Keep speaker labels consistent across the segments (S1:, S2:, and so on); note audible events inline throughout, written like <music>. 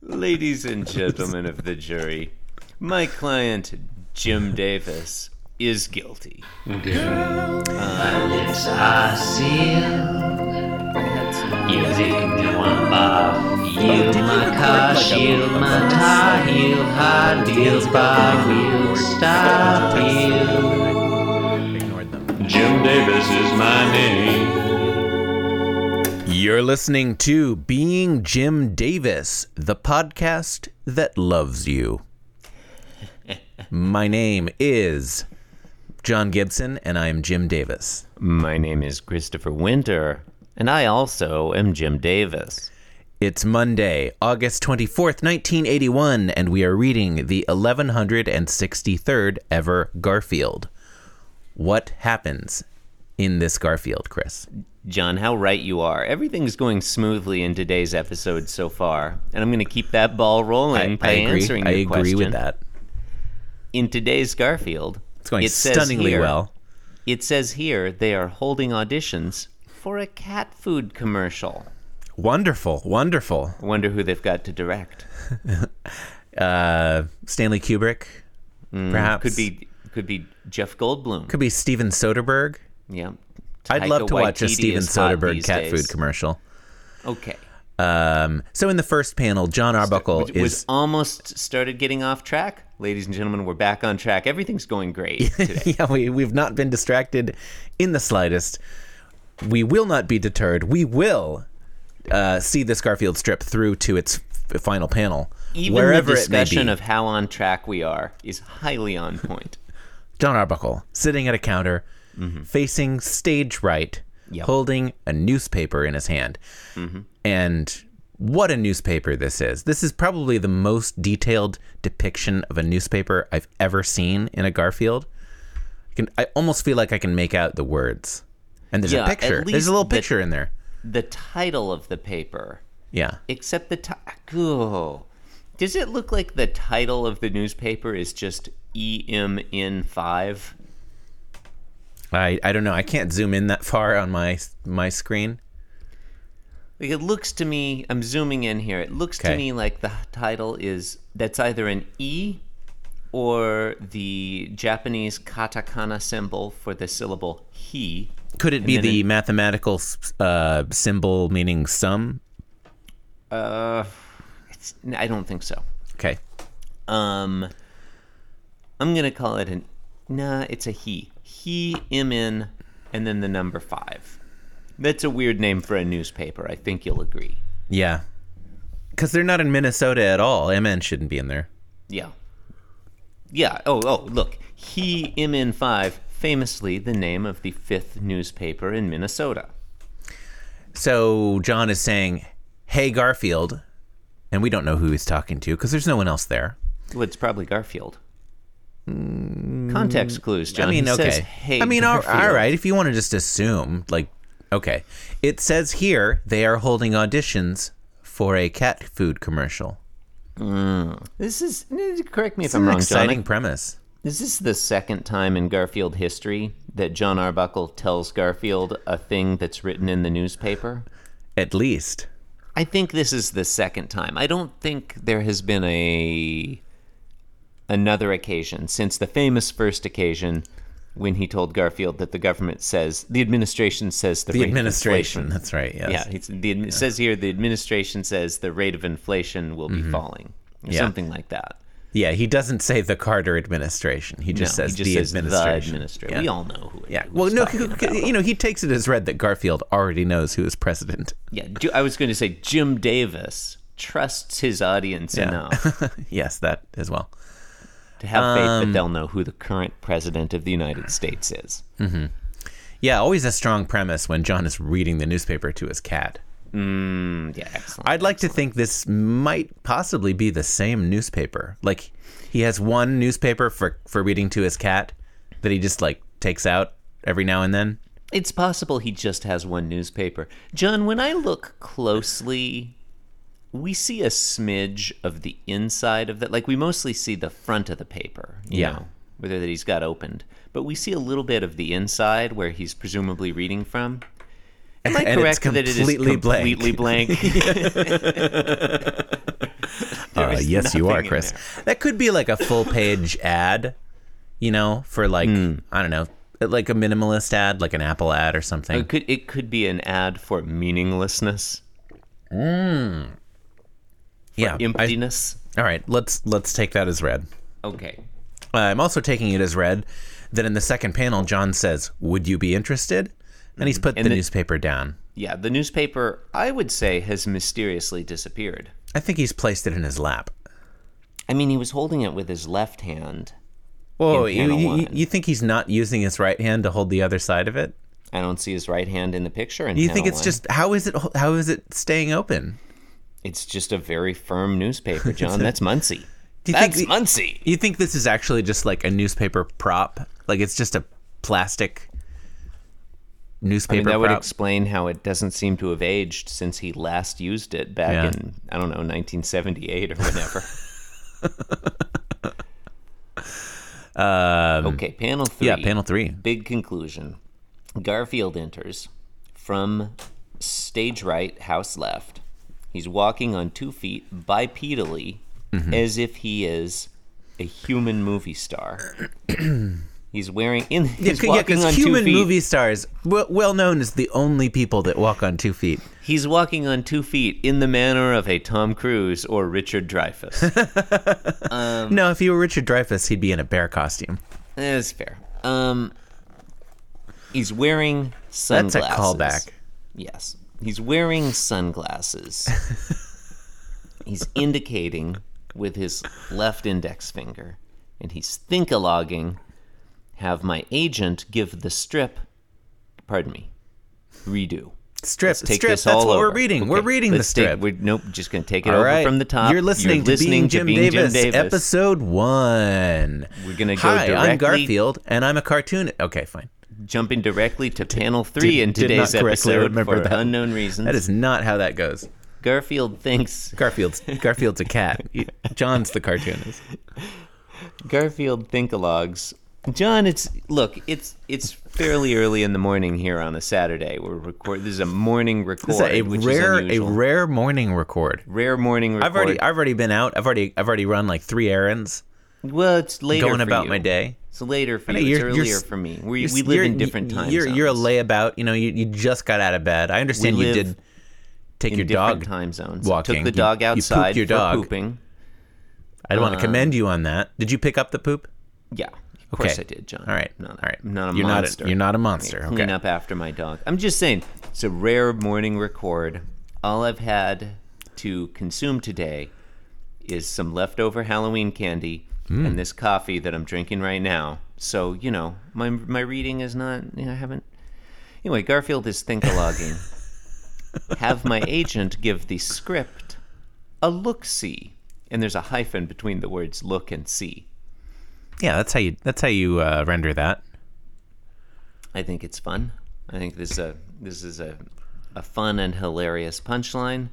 S1: Ladies and gentlemen of the jury, my client, Jim Davis, is guilty.
S2: Lips are sealed. You dig me one bar. Yield my car, shield my tar heel. Hard deals, bar wheel, stop heel.
S3: Ignored them.
S2: Jim Davis is my name.
S3: You're listening to Being Jim Davis, the podcast that loves you. My name is John Gibson, and I am Jim Davis.
S1: My name is Christopher Winter, and I also am Jim Davis.
S3: It's Monday, August 24th, 1981, and we are reading the 1163rd ever Garfield. What happens in this Garfield, Chris?
S1: John, how right you are. Everything's going smoothly in today's episode so far, and I'm going to keep that ball rolling by answering
S3: I
S1: your
S3: agree
S1: question.
S3: with that.
S1: In today's Garfield,
S3: It's going
S1: it says
S3: stunningly
S1: here-
S3: well.
S1: It says here they are holding auditions for a cat food commercial.
S3: Wonderful, wonderful.
S1: I wonder who they've got to direct.
S3: uh, Stanley Kubrick,
S1: Mm,
S3: perhaps
S1: Could be could be Jeff Goldblum.
S3: could be Steven Soderbergh.
S1: yeah.
S3: I'd
S1: Taika
S3: love to watch a
S1: Waititi
S3: Steven
S1: is hot
S3: Soderbergh
S1: these
S3: cat
S1: days.
S3: food commercial.
S1: Okay.
S3: Um, so in the first panel, John Arbuckle
S1: Which was
S3: is <laughs>
S1: almost started getting off track. Ladies and gentlemen, we're back on track. Everything's going
S3: <laughs>
S1: great today.
S3: yeah we we've not been distracted in the slightest. We will not be deterred. We will uh, see this Garfield strip through to its f- final panel,
S1: Even
S3: wherever
S1: the
S3: it
S1: discussion
S3: may be.
S1: of how on track we are is highly on point.
S3: John Arbuckle sitting at a counter, facing stage right,
S1: Mm-hmm. Yep. Mm-hmm.
S3: holding a newspaper in his hand. And what a newspaper this is. This is probably the most detailed depiction of a newspaper I've ever seen in a Garfield. I, can, I almost feel like I can make out the words. And there's
S1: Yeah,
S3: a
S1: at
S3: picture. There's
S1: least
S3: a little
S1: the-
S3: picture in there.
S1: the title of the paper,
S3: Yeah.
S1: except the title. Does it look like the title of the newspaper is just E EMN5?
S3: I, I don't know. I can't zoom in that far on my my screen.
S1: Like it looks to me, I'm zooming in here. It looks
S3: Okay.
S1: to me like the title is that's either an E or the Japanese katakana symbol for the syllable he.
S3: Could it be
S1: then
S3: the mathematical s- uh, symbol meaning sum?
S1: Uh, it's, I don't think so.
S3: Okay.
S1: Um, I'm gonna call it an nah. It's a he. He mn, and then the number five. That's a weird name for a newspaper. I think you'll agree.
S3: Yeah. Because they're not in Minnesota at all. MN shouldn't be in there.
S1: Yeah. Yeah. Oh, oh, look. He MN5, famously the name of the fifth newspaper in Minnesota.
S3: So John is saying, Hey, Garfield. And we don't know who he's talking to because there's no one else there.
S1: Well, it's probably Garfield. Context clues, John.
S3: Mm, I mean,
S1: He
S3: okay.
S1: says, hey,
S3: I mean, all- all
S1: Garfield."
S3: right. If you want to just assume, like, okay. It says here they are holding auditions for a cat food commercial.
S1: This is, eh, correct me if
S3: It's an
S1: I'm wrong,
S3: exciting
S1: John.
S3: premise.
S1: This is the second time in Garfield history that John Arbuckle tells Garfield a thing that's written in the newspaper.
S3: At least.
S1: I think this is the second time. I don't think there has been a another occasion since the famous first occasion when he told Garfield that the government says the administration says the,
S3: The
S1: rate of
S3: administration.
S1: inflation-
S3: That's right. Yes.
S1: Yeah, it's, the, admi- it says here the administration says the rate of inflation will be falling, or
S3: Mm-hmm. Yeah.
S1: something like that.
S3: Yeah, He doesn't say the Carter administration. He just
S1: No,
S3: says
S1: he just
S3: the
S1: says
S3: administration.
S1: The administration.
S3: Yeah.
S1: We all know who. It,
S3: Yeah.
S1: who
S3: Well,
S1: he's
S3: no,
S1: talking
S3: c- c- you know, he takes it as read that Garfield already knows who is president. <laughs>
S1: Yeah, Ju- I was going to say Jim Davis trusts his audience enough
S3: yes, that as well.
S1: to have faith that they'll know who the current president of the United States is.
S3: Yeah, always a strong premise when John is reading the newspaper to his cat.
S1: Mm, Yeah, excellent.
S3: I'd like to think this might possibly be the same newspaper. Like he has one newspaper for for reading to his cat that he just like takes out every now and then.
S1: It's possible he just has one newspaper. John, when I look closely, we see a smidge of the inside of that. Like, we mostly see the front of the paper, you
S3: Yeah.
S1: know, whether that he's got opened. But we see a little bit of the inside where he's presumably reading from. Am I
S3: And it's
S1: correct that it is <laughs>
S3: completely blank.
S1: completely blank?
S3: Uh,
S1: There's
S3: yes, you
S1: nothing
S3: are,
S1: in
S3: Chris. That could be like a full <laughs> page ad, you know, for like, I don't know, like a minimalist ad, like an Apple ad or something.
S1: It could it could be an ad for meaninglessness,
S3: yeah. I-
S1: emptiness.
S3: all right. Let's, let's take that as read.
S1: okay.
S3: Uh, I'm also taking it as read that in the second panel, John says, Would you be interested? Hmm. And he's put the,
S1: the-
S3: newspaper down.
S1: Yeah, the newspaper I would say has mysteriously disappeared.
S3: I think he's placed it in his lap.
S1: I mean, he was holding it with his left hand.
S3: Whoa,
S1: In
S3: you,
S1: panel
S3: you,
S1: one.
S3: you think he's not using his right hand to hold the other side of it?
S1: I don't see his right hand in the picture. In
S3: You think
S1: panel
S3: it's
S1: one.
S3: just how is it how is it staying open?
S1: it's just a very firm newspaper,
S3: <laughs>
S1: John. That's Muncie.
S3: Do you
S1: That's
S3: think
S1: Muncie.
S3: you think this is actually just like a newspaper prop? Like it's just a plastic
S1: I mean,
S3: newspaper
S1: that would
S3: prop?
S1: explain how it doesn't seem to have aged since he last used it back
S3: Yeah.
S1: in I don't know 1978 or
S3: <laughs>
S1: whenever. okay, Um, panel three.
S3: yeah, panel three.
S1: Big conclusion. Garfield enters from stage right, house left. He's walking on two feet bipedally
S3: Mm-hmm.
S1: as if he is a human movie
S3: <clears throat>
S1: star. he's wearing in he's
S3: Yeah,
S1: walking on
S3: because human
S1: two feet.
S3: movie stars, well, well known as the only people that walk on two feet.
S1: He's walking on two feet in the manner of a Tom Cruise or Richard
S3: <laughs>
S1: Dreyfuss. Um,
S3: No, if he were Richard Dreyfuss, he'd be in a bear costume.
S1: That's fair. Um, he's wearing sunglasses.
S3: That's a callback.
S1: Yes. He's wearing
S3: <laughs>
S1: sunglasses. he's indicating with his left index finger, and he's thinkalogging. Have my agent give the strip, pardon me, redo.
S3: Strip,
S1: Take
S3: strip.
S1: this
S3: That's
S1: all
S3: what we're
S1: over.
S3: reading.
S1: Okay,
S3: We're reading the
S1: let's take-
S3: strip.
S1: we're, nope, just going to take it
S3: All
S1: over
S3: right.
S1: from the top.
S3: You're listening, to, being Jim, Davis, episode one.
S1: We're gonna go
S3: Hi, I'm
S1: directly-
S3: Garfield, and I'm a cartoon. Okay, fine.
S1: Jumping directly to panel three in
S3: did not
S1: today's
S3: correctly
S1: episode
S3: remember
S1: for
S3: that.
S1: unknown reasons.
S3: That is not how that goes.
S1: Garfield thinks
S3: Garfield's Garfield's a cat. John's the cartoonist.
S1: Garfield thinkalogs. John, it's look, it's it's fairly early in the morning here on a Saturday. We're record. This is a morning record,
S3: It's a
S1: which
S3: rare,
S1: is
S3: a
S1: unusual.
S3: rare morning record.
S1: rare morning record.
S3: I've already, I've already been out. I've already, I've already run like three errands,
S1: well, it's later.
S3: going
S1: for
S3: about
S1: you.
S3: my day.
S1: It's later for
S3: know,
S1: you. It's
S3: you're- you're
S1: earlier
S3: s-
S1: for me. We,
S3: You're-
S1: we live in
S3: you're-
S1: different
S3: you're,
S1: time
S3: You're
S1: zones.
S3: you're a layabout. You know, you, you just got out of bed. I understand
S1: We
S3: you
S1: live
S3: did take
S1: in
S3: your
S1: different
S3: dog.
S1: time zones.
S3: walking.
S1: Took the
S3: You-
S1: dog
S3: you pooped
S1: outside
S3: your
S1: for
S3: dog.
S1: pooping.
S3: I want to commend you on that. Did you pick up the poop?
S1: Yeah, of course
S3: Okay.
S1: I did, John.
S3: All right.
S1: not
S3: All right.
S1: Not a
S3: you're
S1: monster.
S3: Not a, you're not a monster.
S1: clean
S3: Okay.
S1: up after my dog. I'm just saying, it's a rare morning record. All I've had to consume today is some leftover Halloween candy and this coffee that I'm drinking right now. So you know, my my reading is not. You know, I haven't. Anyway, Garfield is thinkalogging. Have my agent give the script a look see, and there's a hyphen between the words look and see.
S3: Yeah, that's how you. That's how you uh, render that.
S1: I think it's fun. I think this is a this is a a fun and hilarious punchline.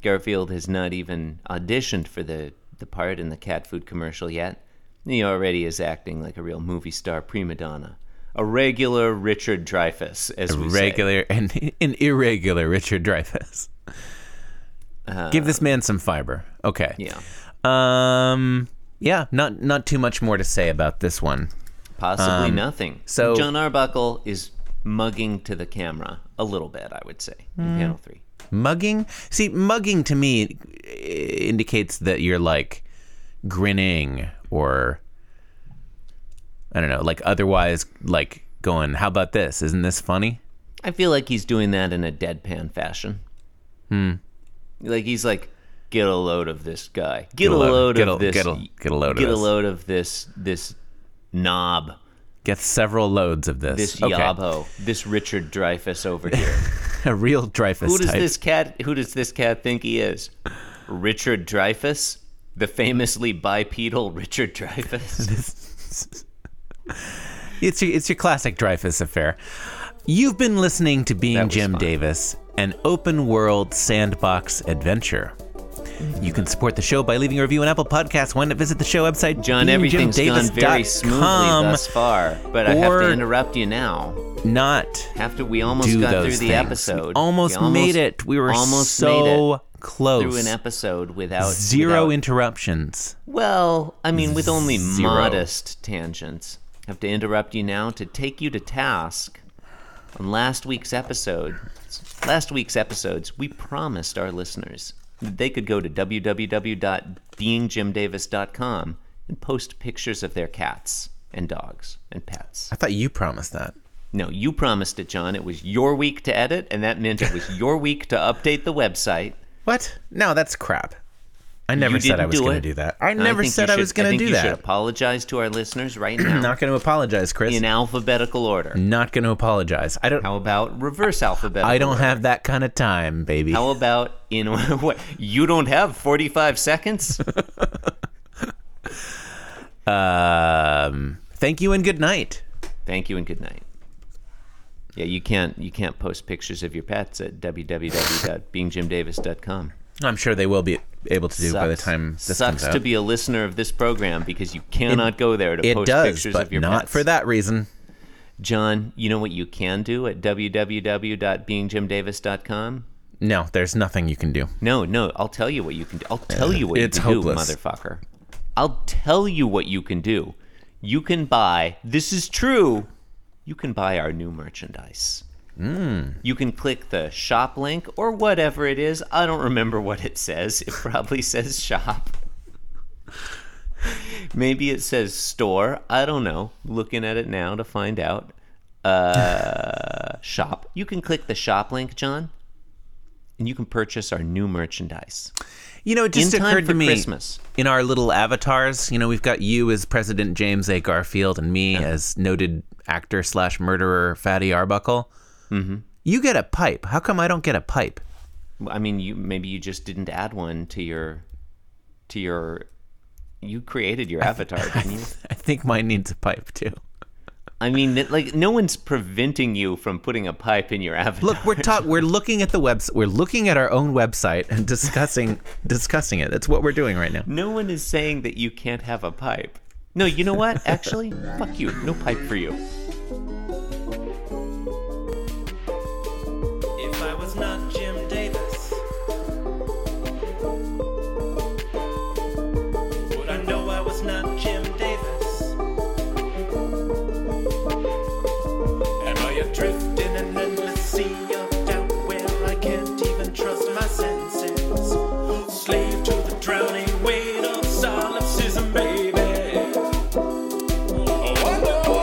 S1: Garfield has not even auditioned for the the part in the cat food commercial yet. He already is acting like a real movie star prima donna, a regular Richard Dreyfuss, as we say.
S3: Regular <laughs> and an irregular Richard Dreyfuss. Give this man some fiber.
S1: Uh,
S3: Okay.
S1: Yeah,
S3: Um. Yeah. Not not too much more to say about this one.
S1: possibly nothing.
S3: Um, so-
S1: John Arbuckle is mugging to the camera a little bit, I would say,
S3: Mm-hmm.
S1: in panel three.
S3: Mugging. See, mugging to me eh, indicates that you're like grinning or I don't know, like otherwise like going, "How about this? Isn't this funny?"
S1: I feel like he's doing that in a deadpan fashion. Hmm. Like he's like, get a load of this guy. Get, a
S3: load-
S1: load
S3: get
S1: of
S3: a-
S1: this.
S3: get a- get a load of
S1: Get a
S3: this."
S1: load of this. This knob.
S3: Get several loads of this.
S1: This
S3: Okay.
S1: yabo. This Richard Dreyfus over here.
S3: <laughs> A real Dreyfus
S1: who does
S3: type.
S1: this cat? Who does this cat think he is? Richard Dreyfus, the famously bipedal Richard
S3: <laughs>
S1: Dreyfus.
S3: It's your, it's your classic Dreyfus affair. You've been listening to Being
S1: was
S3: Jim
S1: fun.
S3: Davis, an open world sandbox adventure. You can support the show by leaving a review on Apple Podcasts. Why not visit the show website?
S1: John, everything's gone very smoothly
S3: beingjimdavis.com.
S1: thus far, but I have
S3: or-
S1: to interrupt you now.
S3: Not
S1: After we almost
S3: do
S1: got
S3: those
S1: through
S3: things.
S1: the episode,
S3: We almost,
S1: We almost-
S3: made it. We were
S1: almost
S3: so
S1: made it
S3: close.
S1: through an episode without
S3: Zero
S1: without-
S3: interruptions.
S1: Well, I mean, with only
S3: Zero.
S1: modest tangents. Have to interrupt you now to take you to task. On last week's episode, last week's episodes, we promised our listeners that they could go to www.beingjimdavis.com and post pictures of their cats and dogs and pets.
S3: I thought you promised that.
S1: No, you promised it, John. It was your week to edit, and that meant it
S3: <laughs>
S1: was your week to update the website.
S3: What? No, that's crap. I never
S1: You
S3: said
S1: didn't
S3: I was
S1: do
S3: going to
S1: it.
S3: do that. I
S1: And
S3: never
S1: think you
S3: said I
S1: should-
S3: was going
S1: think
S3: to do
S1: you should
S3: that.
S1: apologize to our listeners
S3: <clears throat>
S1: right now.
S3: Not going to apologize, Chris.
S1: in alphabetical order.
S3: Not going to apologize. I don't.
S1: How about reverse alphabetical?
S3: I don't
S1: order?
S3: have that kind of time, baby.
S1: How about in <laughs> what? You don't have 45
S3: <laughs>
S1: seconds?
S3: Um, thank you and good night.
S1: Thank you and good night. Yeah, you can't you can't post pictures of your pets at www.beingjimdavis.com.
S3: I'm sure they will be able to do by the
S1: Sucks.
S3: time this
S1: sucks
S3: comes out.
S1: to be a listener of this program because you cannot go there to
S3: it
S1: post
S3: does,
S1: pictures
S3: but
S1: of your
S3: not
S1: pets.
S3: for that reason.
S1: John, you know what you can do at www.beingjimdavis.com?
S3: No, there's nothing you can do.
S1: No, no, I'll tell you what you can do. I'll tell you what
S3: It's
S1: you can
S3: hopeless.
S1: do, motherfucker. I'll tell you what you can do. You can buy, this is true, you can buy our new merchandise.
S3: Hmm.
S1: You can click the shop link or whatever it is. I don't remember what it says. It probably <laughs> says shop. Maybe it says store. I don't know. Looking at it now to find out. Uh, <laughs> shop. You can click the shop link, John, and you can purchase our new merchandise
S3: You know, it just
S1: in time
S3: occurred
S1: for
S3: to me
S1: Christmas.
S3: in our little avatars. You know, we've got you as President James A. Garfield and me as noted actor slash murderer Fatty Arbuckle. Mm-hmm. You get a pipe. How come I don't get a pipe? <laughs>
S1: I mean, you maybe you just didn't add one to your to your. You created your avatar, didn't
S3: <laughs>
S1: you?
S3: I think mine needs a pipe too.
S1: I mean, that- like no one's preventing you from putting a pipe in your avatar.
S3: Look, we're ta- we're looking at the webs. We're looking at our own website and discussing discussing it. That's what we're doing right now.
S1: no one is saying that you can't have a pipe. No, you know what? Actually, fuck you. No pipe for you.
S4: If I was not Jim Davis, would I know I was not Jim Davis? Am I adrift in an endless sea of doubt where I can't even trust my senses? Slave to the drowning weight of solipsism, baby. Oh, I know.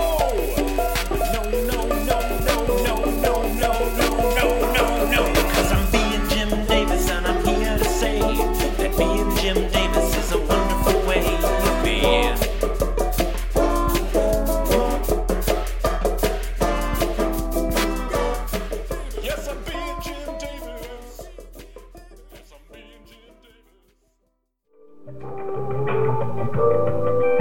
S4: No, no, no, no, no, no, no, no, no, no, Because I'm being Jim Davis and I'm here to say that being Jim Davis is a wonderful way to be. Yes, I'm being Jim Davis. Yes, I'm being Jim Davis.